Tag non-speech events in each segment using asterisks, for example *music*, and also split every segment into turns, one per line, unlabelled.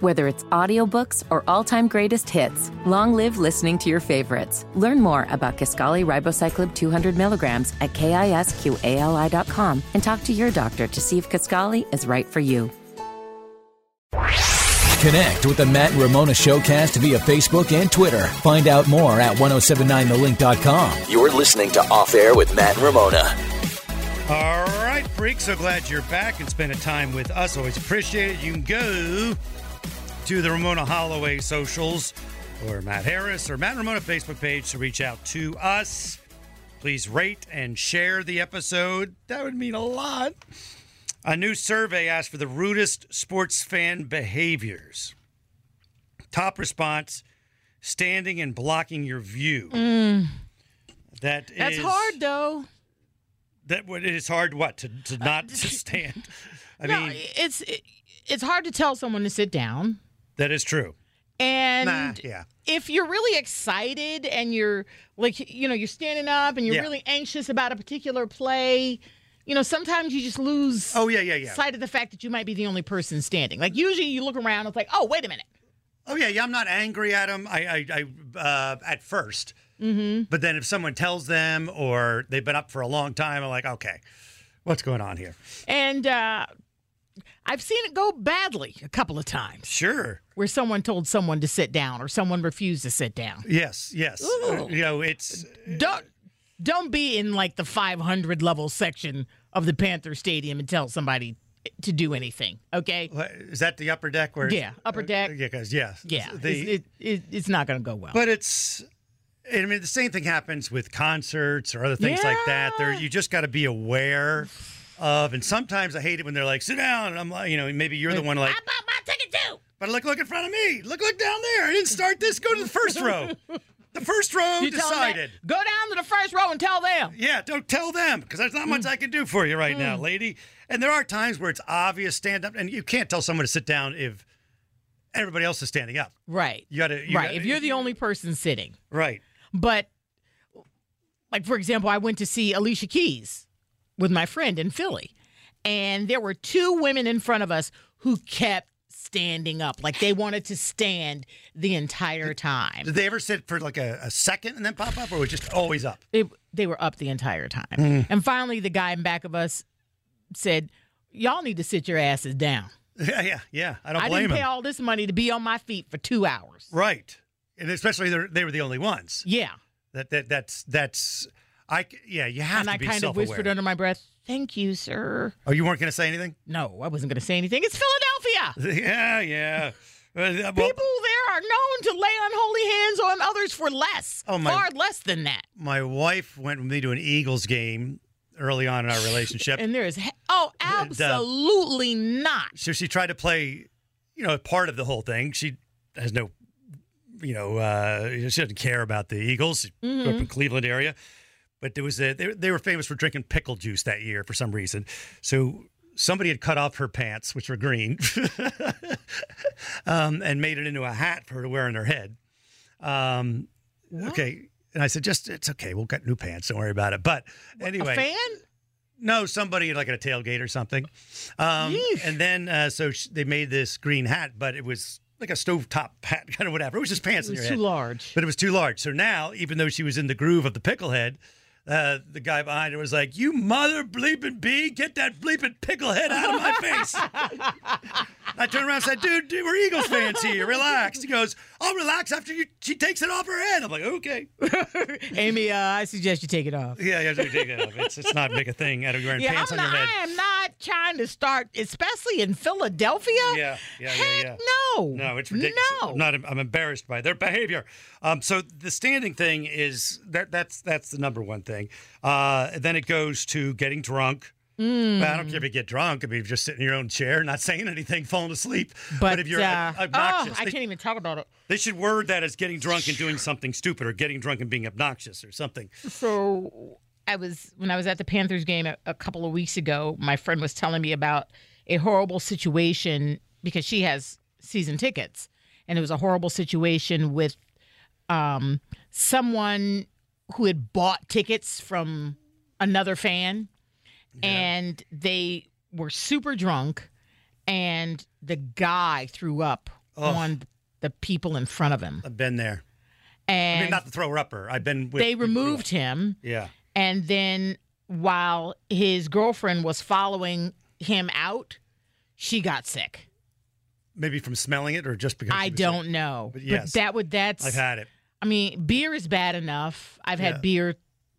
Whether it's audiobooks or all-time greatest hits, long live listening to your favorites. Learn more about Kaskali Ribocyclib 200 milligrams at kisqali.com and talk to your doctor to see if Kaskali is right for you.
Connect with the Matt and Ramona Showcast via Facebook and Twitter. Find out more at 1079thelink.com. You're listening to Off Air with Matt and Ramona.
All right, freak. So glad you're back and spending time with us. Always appreciate it. You can go to the Ramona Holloway socials or Matt Harris or Matt and Ramona Facebook page to reach out to us. Please rate and share the episode. That would mean a lot. A new survey asked for the rudest sports fan behaviors. Top response standing and blocking your view. That
Mm. That's
is-
hard though. Uh,
That what it is hard what to, to
*laughs*
not to stand. I
no,
mean
it's it, it's hard to tell someone to sit down.
that is true.
And
Nah, yeah.
if you're really excited and you're like you know you're standing up and you're
Yeah.
really anxious about a particular play, you know sometimes you just lose
Oh yeah, yeah, yeah.
sight of the fact that you might be the only person standing. Like usually you look around, it's like oh wait a minute.
Oh yeah, yeah. I'm not angry at them. I, I, I uh, at 1st
Mm-hmm.
but then if someone tells them or they've been up for a long time, I'm like, okay, what's going on here?
And uh, I've seen it go badly a couple of times
Sure.
where someone told someone to sit down or someone refused to sit down.
Yes. Yes.
Ooh.
You know, it's
Don't don't be in like the 500 level section of the Panther Stadium and tell somebody to do anything. Okay.
is that the upper deck where? Uh,
Yeah, upper deck.
Yeah, because yeah,
Yeah,
the-
it's, it, it, it's not going to go well.
but it's. I mean, the same thing happens with concerts or other things like that. There,
Yeah.
you just got to be aware of. And sometimes I hate it when they're like, "Sit down," and I'm like, you know, maybe you're the one like,
I bought my ticket too.
But look, look in front of me. Look, look down there. I didn't start this. Go to the first row. The first row
You tell 'em that.
decided.
Go down to the first row and tell them.
Yeah, don't tell them because there's not
Hmm.
much I can do for you right now, lady. And there are times where it's obvious stand up, and you can't tell someone to sit down if everybody else is standing up.
Right.
You gotta, you
right.
gotta-
if you're the only person sitting.
right,
But like for example, I went to see Alicia Keys with my friend in Philly, and there were two women in front of us who kept standing up, like they wanted to stand the entire time.
did they ever sit for like a, a second and then pop up, or was it just always up? *laughs*
They, they were up the entire time,
Mm.
and finally the guy in back of us said, "Y'all need to sit your asses down.
Yeah, yeah, yeah. I don't
I
blame
didn't pay
them.
all this money to be on my feet for two hours."
Right, and especially they're- they were the only ones.
Yeah,
That that that's that's I c- yeah. You have
and
to
I
be
kind of
self-aware.
whispered under my breath, "Thank you, sir."
oh, you weren't gonna say anything.
No, I wasn't going to say anything. It's Philadelphia.
*laughs* Yeah, yeah. Uh, well,
People there are known to lay unholy hands on others for less,
Oh, my-
far less than that.
my wife went with me to an Eagles game early on in our relationship.
*laughs* And there is he- oh,
And, uh,
absolutely not.
so she tried to play, you know, part of the whole thing. She has no, you know, uh, she doesn't care about the Eagles. She grew up in Cleveland area, but there was a they, they were famous for drinking pickle juice that year for some reason. So somebody had cut off her pants, which were green, *laughs* um, and made it into a hat for her to wear on her head. Um, okay. And I said, just it's okay. We'll get new pants. Don't worry about it. But anyway,
A fan?
no, somebody like at a tailgate or something. Um,
Yeesh.
and then uh, so sh- they made this green hat, but it was like a stovetop hat, *laughs* kind of whatever. It was just pants
It
in your
was
head,
too
*laughs*
large.
but it was too large. So now, even though she was in the groove of the picklehead, uh, the guy behind her was like, "You mother bleeping bee, get that bleeping picklehead out of my
*laughs*
face!" I turned around and said, "Dude, dude, we're Eagles fans here. Relax." He goes, "I'll relax after you." She takes it off her head. I'm like,
*laughs*
"Okay,
Amy, uh, I suggest you take it off.
yeah, yeah, take it off. It's, it's not make a thing out of wearing
Yeah,
pants
I'm
on
not,
your head."
I am not trying to start, especially in Philadelphia.
Yeah, yeah, yeah,
Heck
yeah.
no.
No, it's ridiculous.
No.
I'm not. I'm embarrassed by their behavior. Um, so the standing thing is that that's that's the number one thing. Uh, then it goes to getting drunk.
Hmm.
I don't care if you get drunk. I mean, if you're just sitting in your own chair, not saying anything, *laughs* falling asleep. But, if you're
uh,
obnoxious,
oh, I
they,
can't even talk about it.
they should word that as getting drunk and doing something stupid, or getting drunk and being obnoxious, or something.
So I was when I was at the Panthers game a, a couple of weeks ago, my friend was telling me about a horrible situation because she has season tickets and it was a horrible situation with um someone who had bought tickets from another fan and they were super drunk and the guy threw up on the people in front of him.
I've been there.
And
I mean, not the thrower upper. I've been with.
they removed him.
Yeah.
And then while his girlfriend was following him out, she got sick.
Maybe from smelling it or just because.
I
she was
don't know.
But yes.
that would that's
sick. I've had it.
I mean, beer is bad enough. I've had
Yeah.
beer,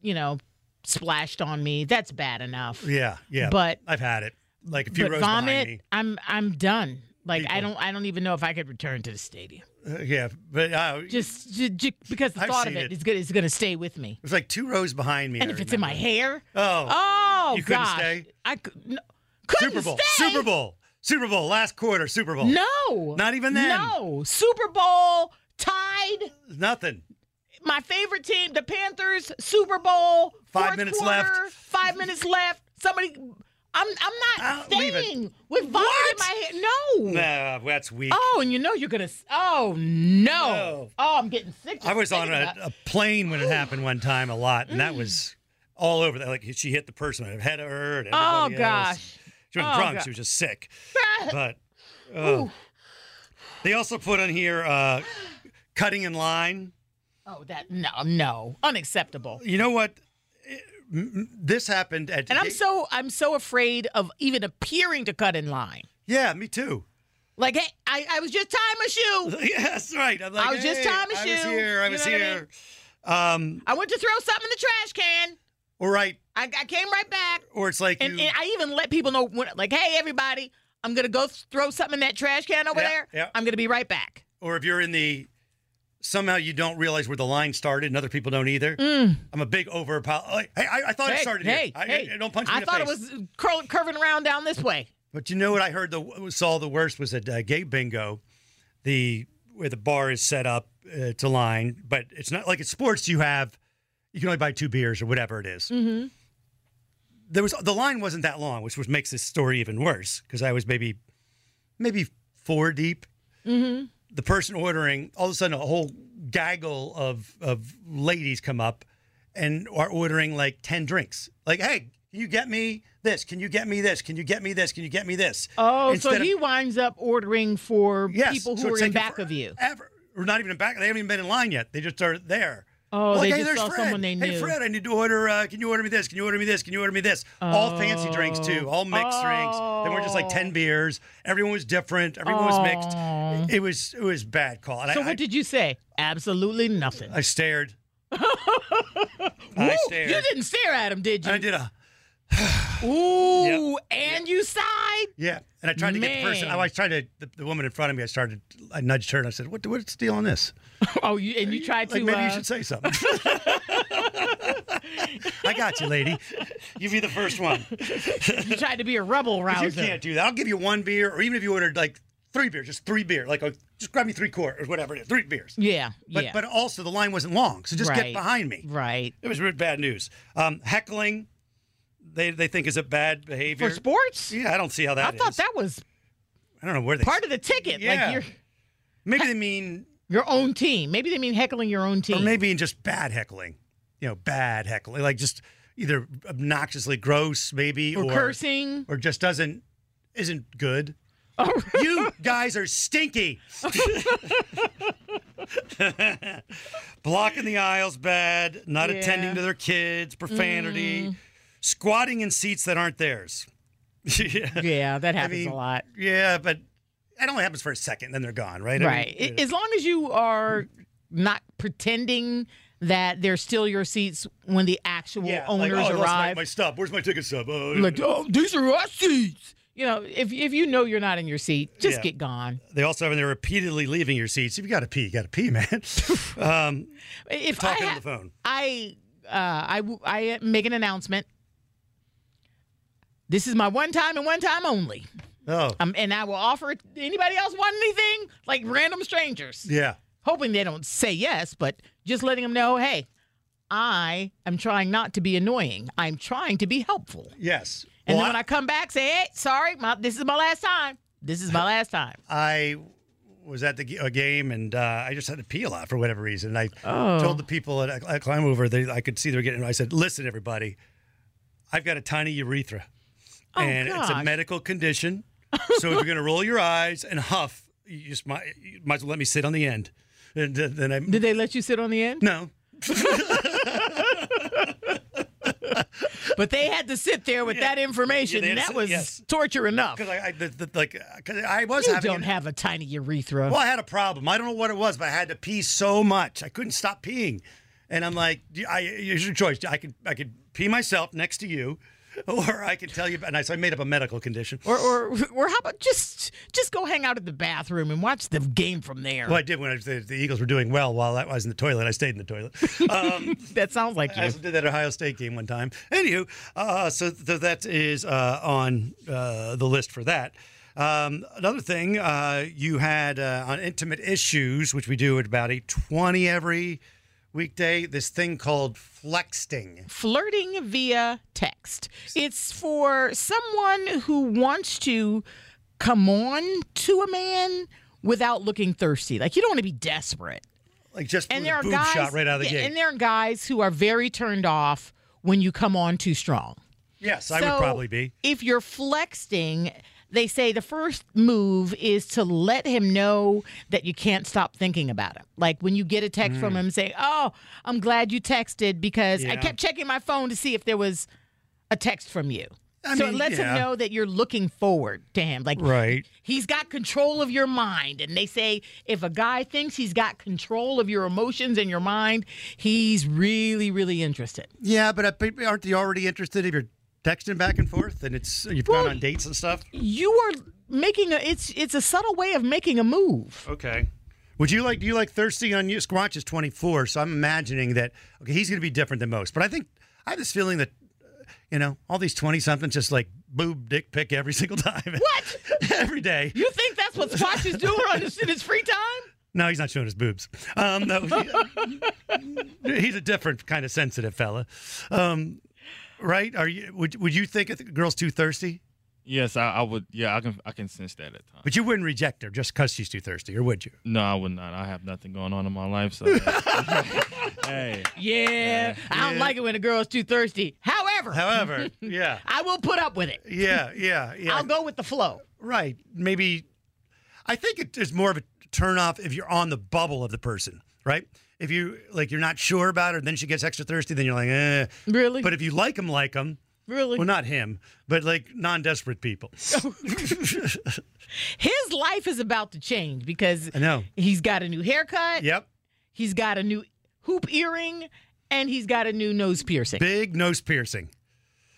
you know, splashed on me. That's bad enough.
Yeah. Yeah.
But-
I've had it. Like a few
but
rows
vomit,
behind me.
I'm I'm done. Like I
People-
don't I don't even know if I could return to the stadium.
Uh, yeah. But uh, it
Just, ju- ju- because the
I've
thought of
seen
it,
it.
is good. It's gonna stay with me.
was like two rows behind me.
And
I
if it's in my
remember.
hair,
Oh.
oh
You couldn't
gosh,
stay?
I could, no, couldn't
Super Bowl.
stay.
Super Bowl. Super Bowl. Last quarter. Super Bowl.
No,
Not even then.
No, Super Bowl tied.
Nothing.
my favorite team, the Panthers, Super Bowl.
Five
fourth
minutes
quarter,
left.
Five minutes left. Somebody, I'm I'm not
Uh, leave it.
staying with vomit in my head. No.
Nah, Uh, that's weak.
Oh, and you know you're gonna. s- Oh no.
No.
Oh, I'm getting sick. just
I was on a,
thinking
uh,
about- Mm.
a plane when it happened one time a lot, and that was all over. That like she hit the person ahead of her. And
Oh
everybody else.
gosh.
she wasn't
Oh,
drunk;
God.
she was just
*laughs*
sick. But uh, they also put on here uh, cutting in line.
Oh, that no, no, unacceptable.
You know what? Eh, m- m- This happened at
And I'm so I'm so afraid of even appearing to cut in line.
yeah, me too.
Like, hey, I, I was just tying a shoe.
*laughs* Yes, right. I'm like,
I was just
hey,
tying my
I was
shoe.
here. I
You
was
know what I
here. um,
I went to throw something in the trash can.
or right,
I, I came right back.
or it's like
And,
you,
and I even let people know, when, like, hey, everybody, I'm going to go throw something in that trash can over
Yeah,
there.
yeah.
I'm going to be right back.
or if you're in the somehow you don't realize where the line started and other people don't either. I'm a big over. Hey, I, I thought it started
Mm. hey,
here. I,
hey.
I- don't punch me
I
in the
thought
face.
it was curl, curving around down this way.
But you know what I heard the saw the worst was at uh, Gay Bingo, the where the bar is set up uh, to line, but it's not like at sports you have you can only buy two beers or whatever it is.
Mm-hmm.
There was the line wasn't that long, which was makes this story even worse because I was maybe maybe four deep.
Mm-hmm.
The person ordering, all of a sudden, a whole gaggle of of ladies come up and are ordering like ten drinks. Like, hey, can you get me this? Can you get me this? Can you get me this? Can you get me this?
Oh,
Instead
so
of-
he winds up ordering for
Yes,
people who
so
are
it's
in
taking
back of you.
forever. Or not even in back. They haven't even been in line yet. They just are there.
Oh,
like, hey,
they just
there's
saw
Fred.
someone they
Hey,
knew."
Fred, I need to order. Uh, can you order me this? Can you order me this? Can you order me this? All fancy drinks too. All mixed drinks. They weren't just like
Oh.
ten beers. Everyone was different. Everyone was mixed. It was it was bad call. And
So
I,
what did you say? Absolutely nothing.
I, I
*laughs*
stared. I
Ooh,
stared.
You didn't stare at him, did you?
And I did a
Ooh, and you sighed.
yeah. And I tried to get the person. I
Man.
was trying to the, the woman in front of me. I started. I nudged her and I said, "What what's the deal on this?"
Oh, you, and you tried to.
Like maybe you
uh, *laughs*
should say something. I got you, lady. You be the first one.
you tried to be
*laughs*
a rebel rouser.
You can't do that. I'll give you one beer, or even if you ordered like three beers, just three beer, like oh, just grab me three quart or whatever it is, three beers.
Yeah,
But
yeah.
but also the line wasn't long, so just get
Right.
behind me.
right.
It was really bad news. Um, heckling, they they think is a bad behavior.
For sports?
Yeah, I don't see how
I
that.
thought
is.
that was
I don't know where they.
part of the ticket.
Yeah.
Like your
maybe they mean,
your own team. Maybe they mean heckling your own
or
team.
maybe in just bad heckling. You know, bad heckling, like just either obnoxiously gross, maybe,
or, cursing.
or just doesn't isn't
*laughs*
good.
Oh.
you guys are stinky. Blocking the aisles bad, not
Yeah. Mm.
attending to their kids, profanity, squatting in seats that aren't theirs. *laughs* yeah.
Yeah, that happens
mean,
a lot.
yeah, but that only happens for a second, then they're gone, right? I mean,
Right. I- As long as you are not pretending that they're still your seats when the actual
yeah, like,
owners
oh, I lost my-
arrive.
My, stub. Where's my ticket stub? Oh,
like, oh, these are our seats. You know, if if you know you're not in your seat, just
Yeah.
get gone.
They also have when they're repeatedly leaving your seats. If you got to pee, you got to pee, man. *laughs* um,
If I
talking
ha-
on the phone.
I uh, I w- I make an announcement. This is my one time and one time only.
Oh,
Um, and I will offer it. Anybody else want anything? Like random strangers,
yeah.
hoping they don't say yes, but just letting them know, hey, I am trying not to be annoying. I'm trying to be helpful.
Yes.
And
Well,
then when I come back, say, hey, sorry, my, this is my last time. This is
*laughs*
my last time.
I was at the g- a game and uh, I just had to pee a lot for whatever reason. And
Oh.
I told the people at, at Climb Over, they, I could see they were getting, I said, listen, everybody, I've got a tiny urethra.
Oh,
and it's a
gosh.
medical condition. so if you're going to roll your eyes and huff, you just might, you might as well let me sit on the end. And th- then I
Did they let you sit on the end?
no.
But they had to sit there with that
Yeah,
information.
they had to
and that
sit-
was
yes.
torture enough.
Because I, I the, the, like, cause I was
You
having
don't
an-
have a tiny urethra.
Well, I had a problem. I don't know what it was, but I had to pee so much I couldn't stop peeing, and I'm like, "You- I here's your choice. I could I could pee myself next to you, *laughs* or I could tell you. And I, so I made up a medical condition.
Or, or or how about just just go hang out at the bathroom and watch the game from there?
well, I did when I, the, the Eagles were doing well while I was in the toilet. I stayed in the toilet. Um,
That sounds like
I
you.
also did that Ohio State game one time. Anywho, uh, so, so that is uh, on uh, the list for that. Um, another thing uh, you had uh, on intimate issues, which we do at about eight twenty every weekday. This thing called flexing.
flirting via text. It's for someone who wants to come on to a man without looking thirsty. Like you don't want to be desperate.
Like just
And
with a
there are
boob
guys
shot right out of the
yeah,
gate.
And there are guys who are very turned off when you come on too strong.
yes, I would
So,
probably be.
If you're flexing, they say the first move is to let him know that you can't stop thinking about him. Like when you get a text from him, say, "Oh, I'm glad you texted because I
Hmm. Yeah.
kept checking my phone to see if there was a text from you."
I
so
mean,
it lets
yeah.
him know that you're looking forward to him. Like
Right.
He's got control of your mind. And they say if a guy thinks he's got control of your emotions and your mind, he's really, really interested.
Yeah, but uh, but aren't you already interested if you're texting back and forth and it's you've gone on dates and stuff?
you are making a it's it's a subtle way of making a move.
Okay. Would you like? Do you like thirsty on you? Squatch is twenty four, so I'm imagining that. Okay, he's going to be different than most, but I think I have this feeling that uh, you know all these twenty somethings just like boob dick pic every *laughs* single time. What? *laughs* every day.
You think that's what Squatch is doing on his, in his free time?
No, he's not showing his boobs. Um, no, he- *laughs* he's a different kind of sensitive fella, um, right? Are you? Would Would you think a th- girl's too thirsty?
Yes, I, I would. Yeah, I can. I can sense that at times.
But you wouldn't reject her just because she's too thirsty, or would you?
No, I would not. I have nothing going on in my life. *laughs* So, hey,
Yeah, I don't like it when a girl's too thirsty. However,
However, *laughs* yeah,
I will put up with it.
yeah, yeah, yeah.
I'll go with the flow.
Right. Maybe I think it is more of a turnoff if you're on the bubble of the person, right? If you like, you're not sure about her, then she gets extra thirsty. Then you're like, eh.
Really?
But if you like him, like him,
Really?
well, not him, but like non-desperate people. *laughs*
His life is about to change because
I know.
he's got a new haircut.
Yep.
He's got a new hoop earring. And he's got a new nose piercing.
Big nose piercing.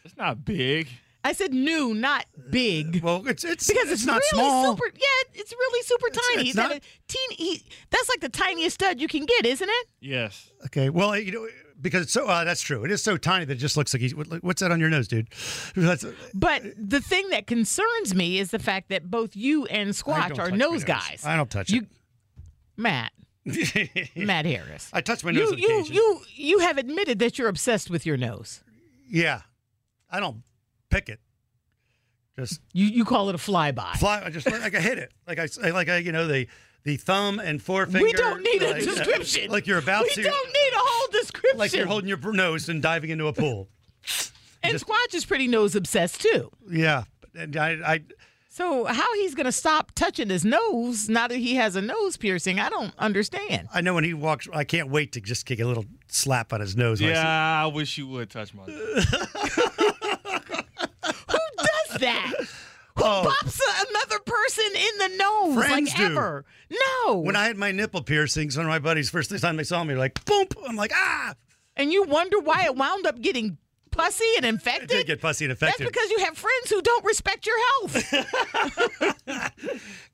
it's not big.
I said new, not big.
Well, it's it's
because it's,
not
really
small.
super. Yeah, it's really super tiny.
it's
He's got
not-
a teeny. He, that's like the tiniest stud you can get, isn't it?
Yes,
Okay. Well, you know. Because it's so uh, that's true. It is so tiny that it just looks like he's. what- What's that on your nose, dude? *laughs* That's,
But
Uh,
the thing that concerns me is the fact that both you and
I don't
Squatch are
touch my
nose
nose.
guys.
I don't touch
you, Matt. Matt Harris.
I touch my nose
You
on
you
occasion.
you you have admitted that you're obsessed with your nose.
Yeah. I don't pick it. Just
You you call it a flyby.
fly. I just like I hit it. Like I like I you know the the thumb and forefinger.
we don't need a
like- *laughs*
description.
Like you're about
we
to.
We don't need a whole description.
like you're holding your br- nose and diving into a pool.
and Squatch is pretty nose obsessed too.
yeah. And I, I
So how he's gonna stop touching his nose now that he has a nose piercing? I don't understand.
I know when he walks, I can't wait to just kick a little slap on his nose. when I see-
yeah. I wish you would touch my.
Who does that?
Oh,
Pops a- another person in the nose
Friends
like
do.
ever? No.
when I had my nipple piercings, one of my buddies first time they saw me, like boom. I'm like ah.
and you wonder why it wound up getting pussy and
It
infected.
did get pussy and
That's
affected.
because you have friends who don't respect your health.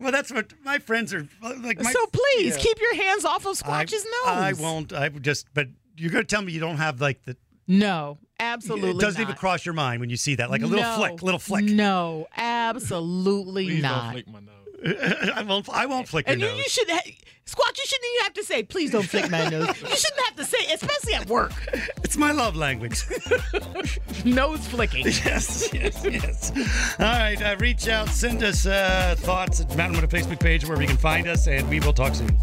well, that's what my friends are uh, like. *laughs* My,
so please keep your hands off of
I-
Squatch's nose.
I won't. I would just. But you're going to tell me you don't have like the.
No, absolutely.
it doesn't
not.
even cross your mind when you see that, like a little
No.
flick, little flick.
No, absolutely
Please
not.
don't flick my nose.
*laughs* I won't. I won't flick your
And you, you
nose.
should, ha- Squatch, you shouldn't even have to say, please don't flick my nose. You shouldn't have to say, especially at work,
It's my love language. *laughs*
nose flicking.
yes, yes, yes. All right, uh, reach out, send us uh, thoughts at Mountain Women Facebook page where we can find us, and we will talk soon.